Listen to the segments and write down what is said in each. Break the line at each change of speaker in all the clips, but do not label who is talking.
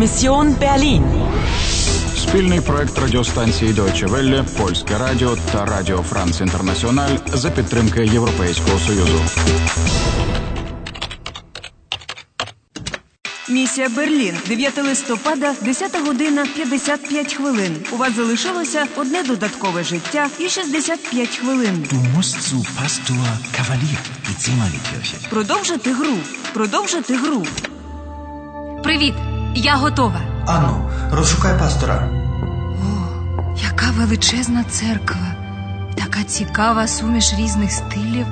Mission Berlin.
Спільний проект радіостанції Deutsche Welle, Польське Радіо та Радіо Франц Інтернаціональ за підтримки Європейського Союзу.
Місія Берлін, 9 листопада, 10 година 55 хвилин. У вас залишилося одне додаткове життя і 65 хвилин.
Du musst zu Pastor Cavalier, die Zimmerlikirche.
Продовжити гру. Продовжити гру.
Привіт, я готова.
Анно, розшукай пастора.
Яка величезна церква. Така цікава суміш різних стилів.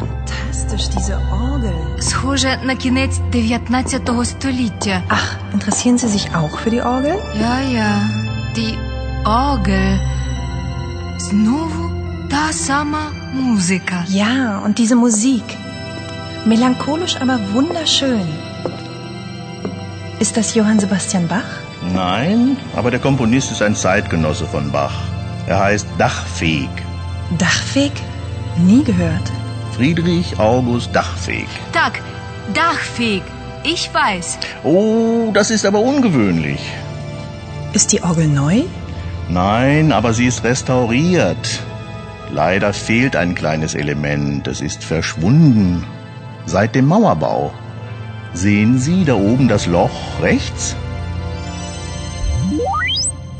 Fantastisch, diese Orgel.
Схоже на кінець 19 століття.
Ach, interessieren Sie sich auch für die Orgel?
Я я. Ді Оге. Знову та сама музика.
Ja, und diese Musik. Melancholisch, aber wunderschön. Ist das Johann Sebastian Bach?
Nein, aber der Komponist ist ein Zeitgenosse von Bach. Er heißt Dachfeg.
Dachfeg? Nie gehört.
Friedrich August Dachfeg.
Так, Dachfeg. Ich weiß.
Oh, das ist aber ungewöhnlich.
Ist die Orgel neu?
Nein, aber sie ist restauriert. Leider fehlt ein kleines Element. Es ist verschwunden. Seit dem Mauerbau. Sehen Sie da oben das Loch rechts?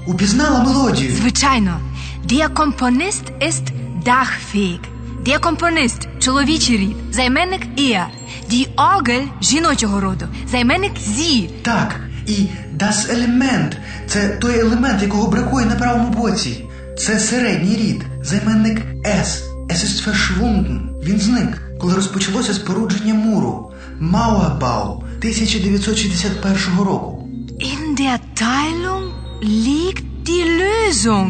Упізнала мелодію.
Звичайно, der Komponist ist Dachfeg. Der Komponist – чоловічий рід, займенник er. Die Orgel – жіночого роду, займенник sie.
Так, і das Element – це той елемент, якого бракує на правому боці. Це середній рід, займенник S. Es ist verschwunden. Він зник, коли розпочалося спорудження муру Мауабау 1961 року.
In der Teilung liegt die Lösung.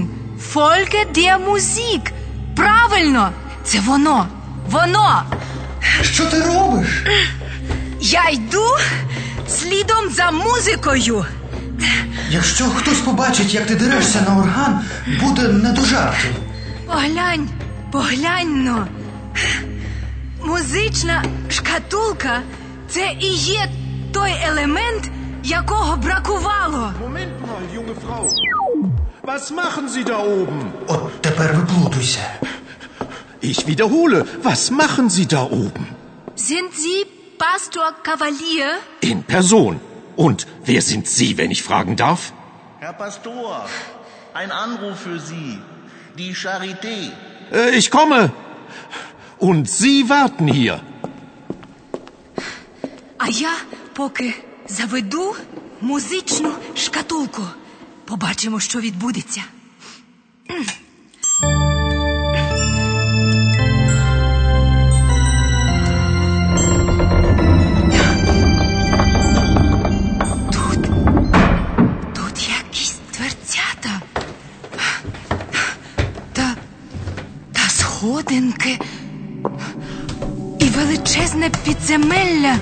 Folge der Musik. Правильно, це воно. Воно.
Що ти робиш?
Я йду слідом за музикою.
Якщо хтось побачить, як ти дерешся на орган, буде не до жартів.
Поглянь, поглянь но. Музична шкатулка це і є той елемент, якого бракувало.
Moment mal, junge Frau. Was machen Sie da oben?
От тепер виплутуйся.
Ich wiederhole, was machen Sie da oben?
Sind Sie Pastor Kavalier?
In Person. Und wer sind Sie, wenn ich fragen darf?
Herr Pastor, ein Anruf für Sie. Die Charité.
Äh, ich komme. Und Sie warten hier.
А я поки заведу музичну шкатулку. Побачимо, що відбудеться. Тут, тут якісь дверцята. Та, та сходинки. І величезне підземелля.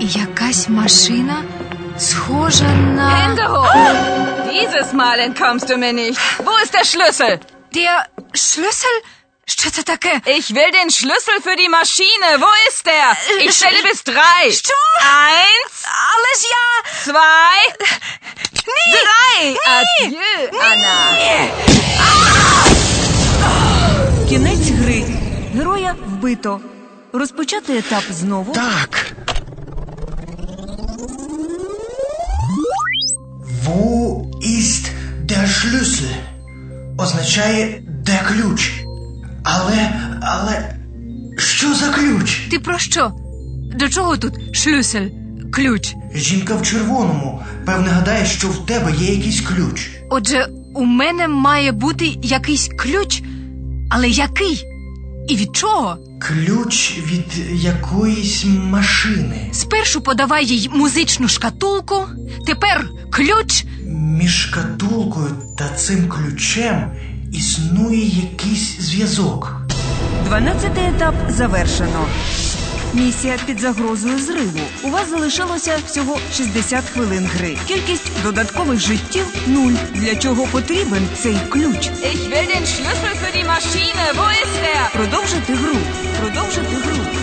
І якась машина схожа на. Hände hoch! Dieses Mal entkommst du mir nicht. Wo ist der Schlüssel? Der Schlüssel? Що це таке?
Ich will den Schlüssel für die Maschine. Wo ist der? Ich zähle bis drei.
Що?
Eins,
Але ж я.
zwei,
Ні!
drei.
Ні!
Adieu, Anna.
Кінець гри. Героя вбито. Розпочати етап знову.
Wo ist der Schlüssel? Означає де ключ. Але, але що за ключ?
Ти про що? До чого тут шлюсель? Ключ.
Жінка в червоному. Певне гадає, що в тебе є якийсь ключ.
Отже, у мене має бути якийсь ключ. Але який? І від чого?
Ключ від якоїсь машини.
Спершу подавай їй музичну шкатулку, тепер ключ.
Між шкатулкою та цим ключем існує якийсь зв'язок.
12 етап завершено. Місія під загрозою зриву. У вас залишилося всього 60 хвилин гри. Кількість додаткових життів нуль. Для чого потрібен цей ключ?
Ich will den Schlüssel für die Maschine. Wo ist er? der?
Продовжити гру. Продовжити гру.